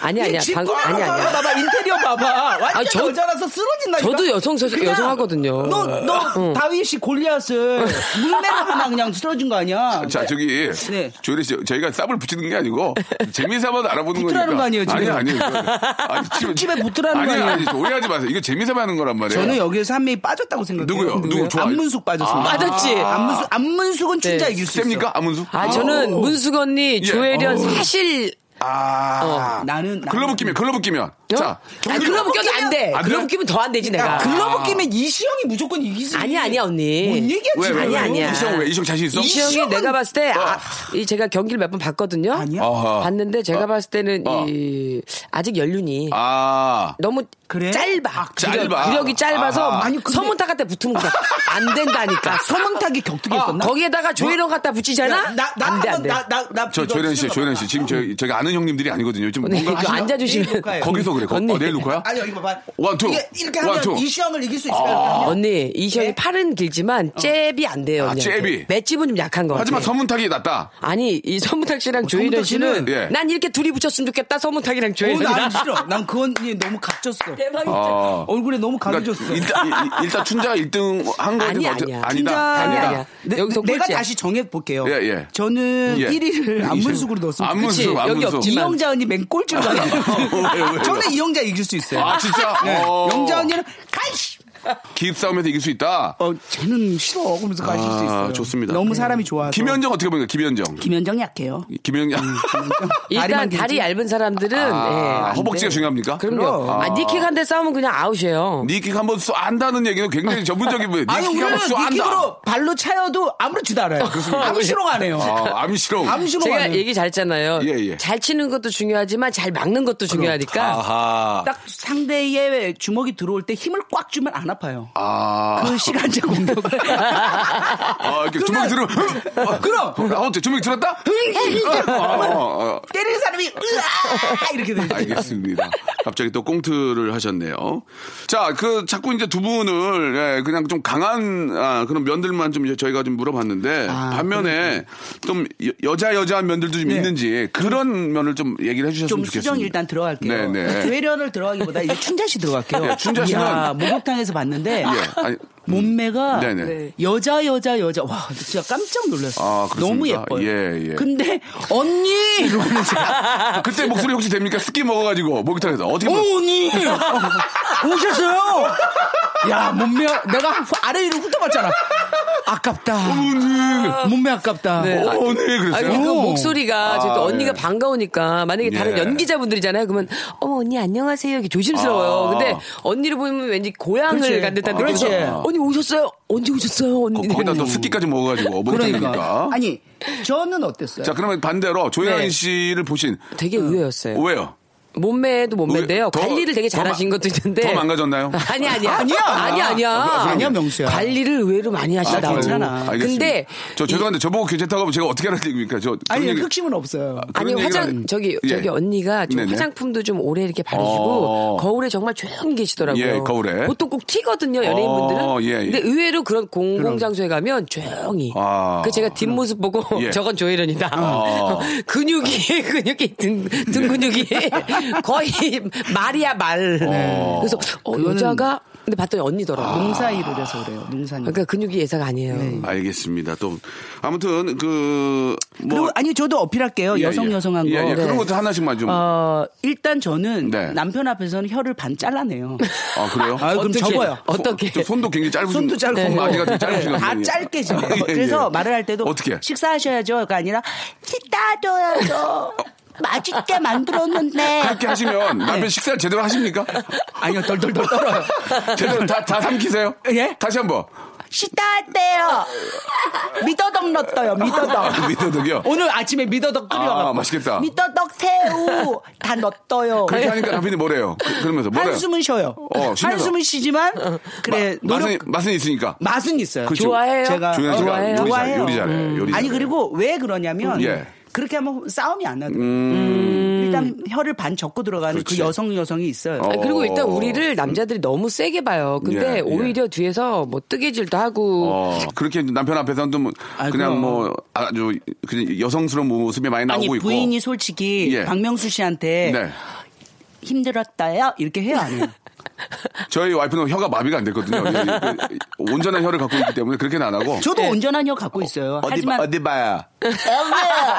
아니 아니야.
집
방,
거울
아니
봐봐,
아니야.
봐봐 인테리어 봐봐 완전
아니, 저-
여자라서 쓰러진다니까
저도 여성 서- 여성하거든요.
너너 다윗 씨 골리앗을 물매를 하나 그냥 쓰러진 거 아니야
자 저기
네.
조혜리 씨 저희가 쌉을 붙이는 게 아니고 재미삼아 알아보는
붙으라는
거니까.
거 아니에요, 지금?
아니 아니.
*laughs*
아니 지금-
집에 붙으라는
아니,
거 아니에요?
아니 오해하지 마세요. 이거 재미삼아 하는 거란 말이에요.
저는 여기에서 한 명이 빠졌다고 생각해요 네,
누구요? 누구 좋아요?
안문숙 빠졌습니다
아, 빠졌지?
안문숙, 안문숙은 춘자
네.
이길 수
셉니까
있어
아문수?
아 저는
어.
문숙 언니, 조혜련 사실
아.
나는 나는-
글러브 끼면 글러브 끼면.
어?
자.
아니, 글러브 껴도 안 돼.
안
글러브
돼?
끼면 더 안 되지 내가. 아.
야, 글러브 끼면 이시영이 무조건 이기지
아니야 아니야 언니.
뭔 얘기야
왜,
지금
왜,
아니야
왜?
아니야.
이시영 왜? 이시영 자신 있어?
이시영이 내가 봤을 때 아, 이 제가 경기를 몇 번 봤거든요.
아니야?
어허.
봤는데 제가 봤을 때는
어.
이 아직
예.
연륜이
아.
너무
그래?
짧아.
아,
짧아.
구력, 구력이 짧아서
아하.
아니, 근데-
서문탁한테 붙으면 그냥 안 된다니까.
서문탁이 아, 격투기
어,
했었나?
거기에다가 조혜령 갖다
야,
붙이잖아?
나, 나,
안 돼, 안
한번
돼.
나, 나, 나
저
이거
조혜련 씨,
찍어봐.
조혜련 씨 지금 저, 희가 뭐 아는 형님들이 아니거든요. 지금
네,
뭔가
이거
하시나?
앉아주시면
네, 녹화해요.
거기서 내일 거? 어, 내일 놓고 요
아니요, 이거 봐.
원, 투.
이게 이렇게
원,
하면
투.
이 시험을 이길 수 있을
아.
것 같아요.
언니 이 시험이
예?
팔은 길지만 잽이 안 돼요.
아,
언니한테.
잽이.
맷집은 좀 약한 것 같아요.
하지만 서문탁이 낫다.
아니 이 서문탁 씨랑 조혜련
서문탁
씨는
씨는, 예.
난 이렇게 둘이 붙였으면 좋겠다. 서문탁이랑
어,
조혜련.
난 싫어. 난 그건 이제 너무 갇혔어.
네, 대박이다.
어.
얼굴에 너무 가려졌어.
일단, 일- 일단 춘자가 1등 한 거는
아니야,
어째-
아니야.
아니다.
아니야,
아니다.
아니야.
내,
여기서
네, 내가
꼴찌야.
다시 정해 볼게요.
예, 예.
저는
예.
1위를 안문숙으로 넣었습니다.
안문숙,
그치, 여기
안문숙. 아,
없지만.
이영자 언니 맨 꼴찌로
왜, 왜,
가요. *laughs*
왜?
저는 이영자 이길 수 있어요.
아, 진짜?
네.
어.
영자 언니는 가시.
기입싸움에서 이길 수 있다.
어, 쟤는 싫어. 그러면서 가실 수 있어요.
아, 좋습니다.
너무 사람이 좋아서.
김현정 어떻게 보니까 김현정.
김현정이 음, 약해요.
김현정.
일단
다리만 길지?
다리 얇은 사람들은 예,
아,
안
허벅지가
돼.
중요합니까?
그럼요. 아, 니키가 한대 싸우면 그냥 아웃이에요.
*laughs* 니킥 한번 쏘안다는 얘기는 굉장히 전문적인 분이에요.
아니
니킥 한번
우리는
쏘안다.
니킥으로 발로 차여도 아무렇지도 않아요. 암시롱 안 해요.
아, 암시롱.
암시롱 안
제가
해요.
얘기 잘했잖아요.
예, 예.
잘 치는 것도 중요하지만 잘 막는 것도 중요하니까.
아하.
딱 상대의 주먹이 들어올 때 힘을 꽉 주면 안 아파요.
아.
그 시간제
*laughs*
공격을.
아, 이렇게 주먹이 들으면, 흥! 어,
그럼!
아, 어째, 주먹이 들었다? 흥! 어, 어, 어.
때리는 사람이 으아 이렇게 되죠.
알겠습니다. 갑자기 또 꽁트를 하셨네요. 자, 그 자꾸 이제 두 분을 예, 그냥 좀 강한 아, 그런 면들만 좀 이제 저희가 좀 물어봤는데
아,
반면에 좀 여- 여자 여자한 면들도 좀 있는지 그런 면을 좀 얘기를 해주셨으면
네. 좀
좋겠습니다.
수정 일단 들어갈게요.
네네.
괴련을 들어가기보다 이제 춘자씨 들어갈게요.
예, 춘자 씨는-
이야, 목욕탕에서 봤는데
예, 아니,
몸매가
네네. 네.
여자 여자 여자 와 진짜 깜짝 놀랐어요.
아, 그렇습니까?
너무 예뻐요.
예, 예.
근데 언니 이러면 제가
아, 그때 목소리 혹시 됩니까? 스키 먹어가지고 목욕탕에서 어떻게
어
먹?
언니 오셨어요? 야 몸매 내가 아래 위로 훑어봤잖아. 아깝다.
음,
몸매 아깝다.
네.
어, 네,
아,
그랬어요.
근데 그
오.
목소리가 저희 또
아,
언니가
예.
반가우니까 만약에 다른
예.
연기자분들이잖아요. 그러면 어머 언니 안녕하세요. 이렇게 조심스러워요.
아.
근데 언니를 보면 왠지 고향을
그렇지.
간 듯한
아,
느낌이
그렇지.
어, 언니 오셨어요? 언제 오셨어요? 언니. 음.
거기다 또 스키까지 먹어가지고 목욕탕이니까.
그러니까. 아니, 저는 어땠어요?
자, 그러면 반대로 조현
네.
씨를 보신
되게 의외였어요.
왜요?
몸매도
왜-
몸매인데요.
더-
관리를 되게
더
잘하신
마-
것도 있는데.
더 망가졌나요?
*laughs* 아니 아니야.
아니야.
아니 아니야.
아, 아니야, 명수야.
관리를 의외로 많이 하시더라고.
그래요?
괜찮아.
어, 알겠습니다.
근데
저 죄송한데 저보고 괜찮다고 하면 제가 어떻게 하라는 얘기입니까? 저 그런
아니,
얘기-
흑심은 없어요.
그런
아니
얘기가-
화장 저기
예.
저기 언니가 좀
네네.
화장품도 좀 오래 이렇게 바르시고
어.
거울에 정말 조용히 계시더라고요.
예, 거울에.
보통 꼭 튀거든요 연예인분들은.
어, 예, 예.
근데 의외로 그런 공공 장소에 가면 조용히.
아.
그 제가 뒷모습 보고
예.
*laughs* 저건 조혜련이다.
아.
*laughs* 근육이 *laughs* 근육이 등, 등 근육이 *laughs* 거의 말이야 말. 그래서 어, 여자가 근데 봤더니 언니더라고.
아.
요
농사일을 해서 그래요, 농사일.
그러니까 근육이 예사가 아니에요.
네. 알겠습니다. 또 아무튼 그
그리고
뭐.
아니 저도 어필할게요.
예,
여성
예.
여성한 거. 네.
예, 예. 그런 것도 하나씩만 좀. 아,
어, 일단 저는
네.
남편 앞에서는 혀를 반 잘라내요.
그래요?
아, 그럼
어떻게?
접어요.
어떻게?
저 손도 굉장히 *laughs* 짧으신
손도 짧고
네. 마디가 되게
네,
짧으신 것
다
같아요.
짧게 지요
예, 예.
그래서 말을 할 때도
어떻게?
식사하셔야죠가 아니라
*laughs*
식사줘야죠. 맛있게 만들었는데
그렇게 하시면 남편 식사를 제대로 하십니까?
네. 아니요 덜덜덜 떨어요.
제대로 다, 다 삼키세요?
예?
다시 한 번.
식사할때요 미더덕 넣었어요 미더덕.
아, 미더덕이요?
오늘 아침에 미더덕 끓여갖고
아, 맛있겠다.
미더덕 새우 다 넣었어요.
그렇게 하니까 남편이 뭐래요? 그, 그러면서 뭐래요?
한숨은 쉬어요.
어, 쉬면서.
한숨은 쉬지만 그래
마-
노력
맛은, 맛은 있으니까.
맛은 있어요.
그쵸.
좋아해요?
제가
조현 씨가
좋아해요?
요리, 잘,
좋아해요. 음.
요리 잘해. 요리
아니
잘해.
그리고 왜 그러냐면
예. 음.
그렇게 하면 싸움이 안 나더라고요. 일단 혀를 반 접고 들어가는 그
그렇지.
여성 여성이 있어요.
어.
아니, 그리고 일단 우리를 남자들이 너무 세게 봐요. 근데
예, 예.
오히려 뒤에서 뭐 뜨개질도 하고
어, 그렇게 남편 앞에서는 좀
아, 그럼.
그냥 뭐 아주 그냥 여성스러운 모습이 많이 나오고
아니
있고.
부인이 솔직히
예.
박명수 씨한테
네.
힘들었다요 이렇게 해요 안 해요?
저희 와이프는 혀가 마비가 안 됐거든요. 예, 그 온전한 혀를 갖고 있기 때문에 그렇게는 안 하고.
저도 온전한 혀 갖고 예. 있어요. 아, 하지만 *laughs*
봐야.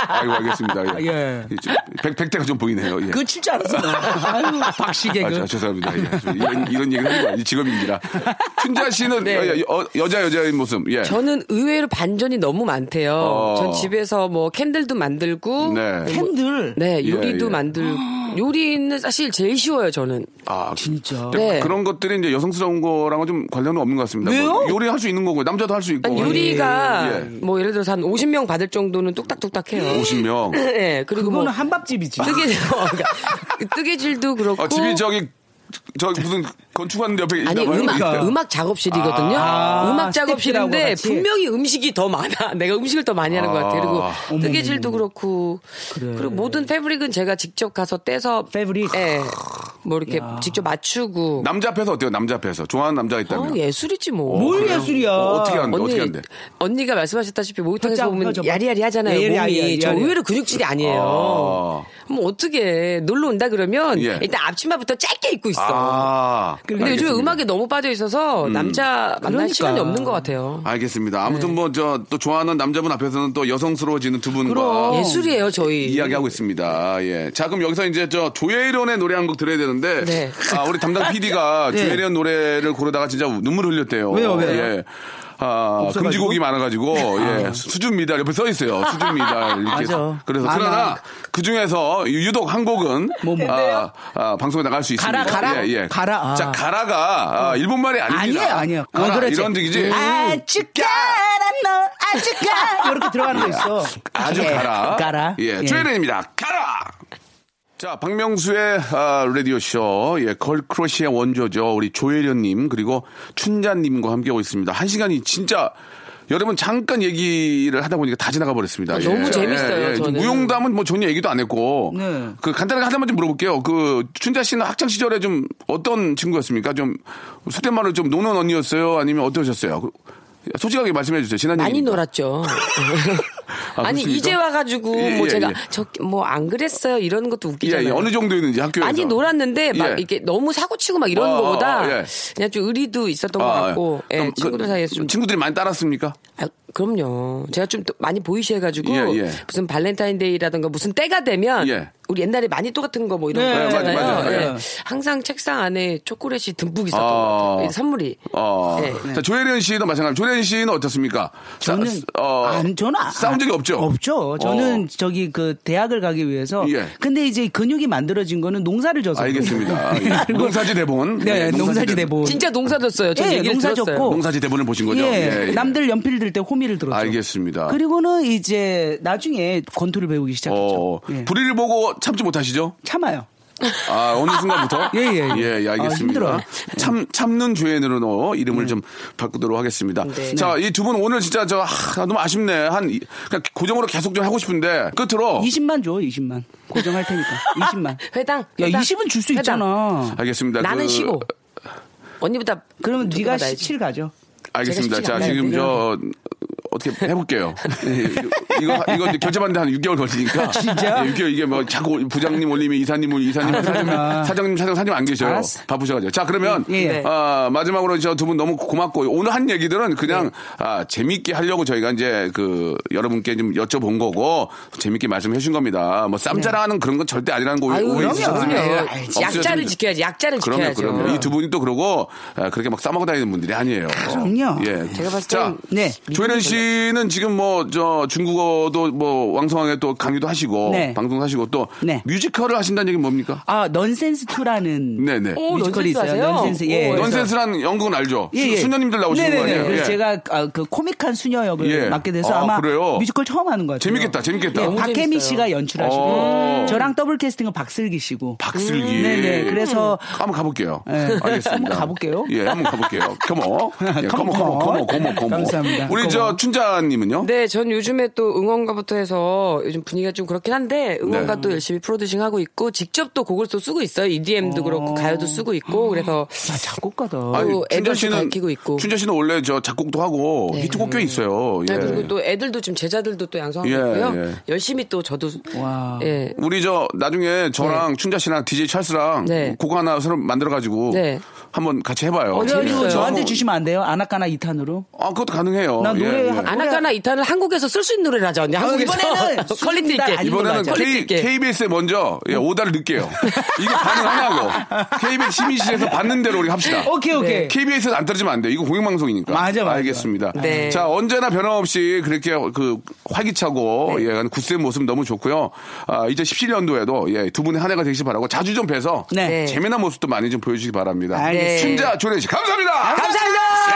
아이고, 알겠습니다. 예.
예.
이 좀- 백, 백대가 좀 보이네요. 예.
그거 칠줄 알았어. *laughs* 아유 박씨
아,
개그.
저- 죄송합니다. 예. 좀 이런, 이런 얘기를 하는 거아요 직업입니다. 춘자 씨는 여, 자 여자의 모습. 예.
네. 저는 의외로 반전이 너무 많대요.
어.
전 집에서 뭐 캔들도 만들고
네.
캔들
네, 요리도
예, 예.
만들 요리는 사실 제일 쉬워요, 저는.
아,
진짜.
근데
네.
그런 것들이 이제 여성스러운 거랑은 좀 관련은 없는 것 같습니다.
왜요?
뭐 요리할 수 있는 거고 남자도 할 수 있고.
아니, 그러니까 요리가
어, 예.
뭐 예를 들어서 한 50명 받을 정도는 뚝딱뚝딱 해요. *laughs*
50명.
네, 그리고
그거는
뭐 *laughs* 그러니까
한밥집이지.
뜨개질, 뜨개질도 그렇고
아, 집이 저기 저 무슨 건축하는 옆에 있나
아니
봐요.
음악
있어요.
음악 작업실이거든요.
그러니까. 아,
음악
스태프들하고
작업실인데
같이.
분명히 음식이 더 많아. *laughs* 내가 음식을 더 많이 하는 것 같아.
아.
그리고 뜨개질도 그렇고 그리고 모든 패브릭은 제가 직접 가서 떼서
패브릭?
예. 뭐 이렇게 직접 맞추고
남자 앞에서 어때요? 남자 앞에서 좋아하는 남자가 있다면.
아, 예술이지 뭐.
뭘 예술이야.
어, 떻게 하는데? 어떻게 하는데?
언니가 말씀하셨다시피 목욕탕에서
펴자,
보면
펴자.
야리야리 하잖아요.
예리,
몸이
야리,
저
야리.
의외로 근육질이 아니에요.
아.
그럼 어떻게 놀러 온다 그러면
예.
일단 앞치마부터 짧게 입고 있어.
아.
근데 요즘
알겠습니다.
음악에 너무 빠져 있어서 남자 만날
그러니까.
시간이 없는 것 같아요.
알겠습니다. 아무튼
네.
뭐 저 또 좋아하는 남자분 앞에서는 또 여성스러워지는 두 분과
그럼.
예술이에요 저희.
아, 이야기하고 있습니다. 예. 자, 그럼 여기서 이제 저 조혜련의 노래 한 곡 들어야 되는데.
네.
아, 우리
*laughs*
담당 PD가
네.
조혜련 노래를 고르다가 진짜 눈물 흘렸대요.
왜요, 왜요?
예. 아,
없어가지고?
금지곡이 많아가지고, 예. 수준 미달 옆에 써 있어요. 수준 미달. 이렇게.
맞아.
그래서,
많아.
그러나, 그 중에서 유독 한 곡은.
뭐, 뭐.
아, 아, 방송에 나갈 수 있습니다.
가라, 가라?
예, 예.
가라, 아.
자, 가라가, 아, 일본 말이 아닙니다.
아니에요, 아니에요. 어,
가라,
그렇지. 아,
이런 얘기지.
아주까라 너 아주까 *laughs* 이렇게 들어가는 거 있어.
아주
예,
가라.
가라.
예, 조혜련입니다. 가라! 자, 박명수의 아, 라디오쇼, 예, 걸크러쉬의 원조죠. 우리 조혜련님, 그리고 춘자님과 함께하고 있습니다. 한 시간이 진짜, 여러분 잠깐 얘기를 하다 보니까 다 지나가 버렸습니다. 예.
아, 너무 재밌어요, 저는.
무용담은 뭐 전혀 얘기도 안 했고.
네.
그 간단하게 하나만 좀 물어볼게요. 그 춘자 씨는 학창 시절에 좀 어떤 친구였습니까? 좀 속된 말로 좀 노는 언니였어요? 아니면 어떠셨어요? 그- 솔직하게 말씀해 주세요. 지난
많이
얘기니까.
놀았죠.
*laughs* 아,
아, 니
그렇습니까?
이제 와가지고
예,
뭐
예,
제가
예.
저 뭐 안 그랬어요 이런 것도
예,
웃기잖아요.
예, 어느 정도였는지 학교에서.
많이 놀았는데 막
예.
이렇게 너무 사고 치고 막 이런
어, 어,
거보다
어, 예.
그냥 좀 의리도 있었던
아,
것
예.
같고 예,
그럼 그
친구들 사이에서 좀
친구들이 많이 따랐습니까?
아, 그럼요. 제가 좀 또 많이 보이시해가지고
예, 예.
무슨 발렌타인데이라든가 무슨 때가 되면
예.
우리 옛날에 마니또 같은 거 뭐 이런
네,
거 있잖아요.
맞아요, 맞아요.
예.
예.
항상 책상 안에 초콜릿이 듬뿍 있었던
아.
것 같아요. 이 선물이.
어.
네.
자, 조혜련 씨도 마찬가지. 조혜련 씨는 어떻습니까? 싸-
저는
어,
안 저는 아-
싸운 적이 없죠.
없죠. 저는
어,
저기 그 대학을 가기 위해서.
예.
근데 이제 근육이 만들어진 거는 농사를 져서.
*laughs*
알겠습니다. 예. 농사지 대본. 예,
네, 농사지 대본.
진짜 농사졌어요. 저
*laughs* 예,
얘기를
농사졌고.
들었어요.
농사지 대본을 보신 거죠?
예, 남들 연필 들 때 호미를 들었죠.
알겠습니다.
그리고는 이제 나중에 권투를 배우기 시작했죠.
어,
예.
불의를 보고 참지 못하시죠?
참아요.
아, 어느 순간부터?
예, 예, 예.
예,
아,
알겠습니다.
힘들어요. 예. 음.
참, 참는 조연으로 이름을 좀 바꾸도록 하겠습니다.
네.
자, 이 두 분 오늘 진짜 저, 아, 너무 아쉽네. 한, 이- 그냥 고정으로 계속 좀 하고 싶은데, 끝으로.
20만 줘, 20만. 고정할
*laughs*
테니까. 20만.
회당.
야,
회당,
20은 줄 수
회당.
있잖아.
알겠습니다.
나는
그-
15. 언니보다.
그러면
조금
네가
받아야지.
17 가죠.
알겠습니다.
제가
자,
쉽지
지금
않아요. 네.
저, 어떻게 해볼게요. 예, 이거, 이거 이제 결제받는데 한 6개월
아,
걸리니까.
진짜?
예, 6개월, 이게 뭐 자꾸 부장님 올리면 이사님 올리면
아,
이사님 사장님, 사장님, 사장, 사장님 안 계셔요.
알았어.
바쁘셔가지고. 자, 그러면,
예.
아, 마지막으로 저 두 분 너무 고맙고, 오늘 한 얘기들은 그냥,
네.
아, 재밌게 하려고 저희가 이제 그, 여러분께 좀 여쭤본 거고, 재밌게 말씀해 주신 겁니다. 뭐, 쌈자랑하는 그런 건 절대 아니라는 거
네. 아유,
오해
그럼요.
있으셨으면
그럼요.
없으셨으면
약자를 지켜야지. 약자를
그럼요,
지켜야죠.
그럼요. 이 두 분이 또 그러고 아, 그렇게 막 싸먹어 다니는 분들이 아니에요.
그럼요.
예.
제가 봤을
자,
땐
네.
조혜련 씨는 지금 뭐 저 중국어도 뭐 왕성하게 또 강의도 하시고
네.
방송 하시고 또
네.
뮤지컬을 하신다는 얘기는 뭡니까?
아, 넌센스 2라는
네, 네.
오,
뮤지컬이
넌센스
있어요.
하세요?
넌센스. 예.
오,
그래서-
넌센스란 연극은 알죠.
예, 예.
수, 녀님들 나오시는
네네네.
거 아니에요?
그래서
예.
제가 아, 그 코믹한 수녀 역을
예.
맡게 돼서
아,
아, 마
그래요?
뮤지컬 처음 하는 것 같아요.
재밌겠다, 재밌겠다.
예,
너무
박혜미
재밌어요.
씨가 연출하시고
어.
저랑 더블 캐스팅은 박슬기 씨고. 음,
박슬기. 음,
네네. 그래서
한번 가볼게요.
네.
알겠습니다.
한번 *laughs* 가볼게요.
예, 한번 가볼게요.
*laughs*
고모. 예, 고모, 고모, 고모, 고모, 고모.
감사합니다.
우리
고모.
저 춘자님은요?
네, 전 요즘에 또 응원가부터 해서 요즘 분위기가 좀 그렇긴 한데
네.
응원가도 열심히 프로듀싱 하고 있고 직접 또 곡을 또 쓰고 있어요. EDM도 그렇고 가요도 쓰고 있고 그래서
야, 아, 작곡가다.
또 애들도 어, 밝히고 있고.
춘자 씨는 원래 저 작곡도 하고 히트곡 꽤 있어요. 예.
네, 그리고 또 애들도 지금 제자들도 또 양성하고
예,
있고요.
예.
열심히 또 저도
와.
예.
우리 저 나중에 저랑 춘자 씨랑 DJ 찰스랑
네.
곡 하나 새로 만들어 가지고
네.
한번 같이 해봐요.
어디 어디로
그래가지고
재밌어요.
저한테 주시면 안 돼요? 아나까나 2탄으로?
아 그것도 가능해요. 예,
나 노래 하-
아나까나 이탄을 한국에서 쓸 수 있는 노래를 하자 언니. 한국에서
이번에는
*laughs* 퀄리티
수준보다
있게.
아닌 걸로
예, 이번에는
하자.
퀄리티
K,
있게.
KBS에 먼저 예, 오다를 넣을게요. 이거 가능하냐고. KBS 시민실에서 받는 대로 우리 합시다. 네,
오케이, 오케이.
KBS에서 안 떨어지면 안 돼. 이거 공영방송이니까.
맞아, 맞아.
알겠습니다.
네.
자, 언제나 변함없이 그렇게 그 활기차고
네.
예, 굳센 모습 너무 좋고요. 아, 2017년도에도 예, 두 분의 한 해가 되시기 바라고 자주 좀 뵈서
네.
네.
재미난 모습도 많이 좀 보여주시기 바랍니다.
알겠습니다.
춘자 조례 씨 아, 예. 감사합니다. 네.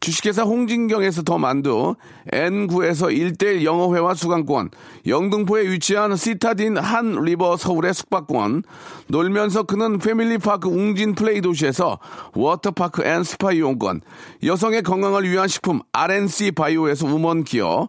주식회사 홍진경에서 더 만두, N9에서 1대1 영어회화 수강권, 영등포에 위치한 시타딘 한 리버 서울의 숙박권, 놀면서 크는 패밀리파크 웅진 플레이 도시에서 워터파크 앤 스파 이용권, 여성의 건강을 위한 식품 RNC 바이오에서 우먼 기어,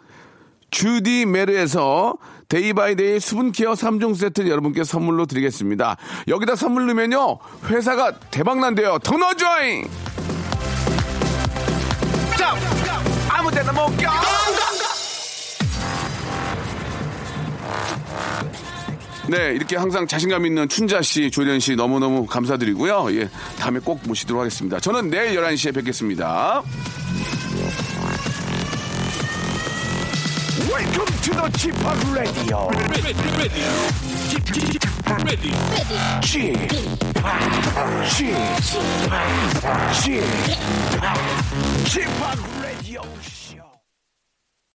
주디 메르에서 데이바이데이 수분케어 3종 세트 여러분께 선물로 드리겠습니다. 여기다 선물 넣으면요 회사가 대박난대요. 더 넣어줘잉! 자, 아무데나 못 껴! 네, 이렇게 항상 자신감 있는 춘자 씨, 조련 씨 너무너무 감사드리고요. 예, 다음에 꼭 모시도록 하겠습니다. 저는 내일 11시에 뵙겠습니다.
Welcome to the Chip Radio. Chip Chip Chip Radio.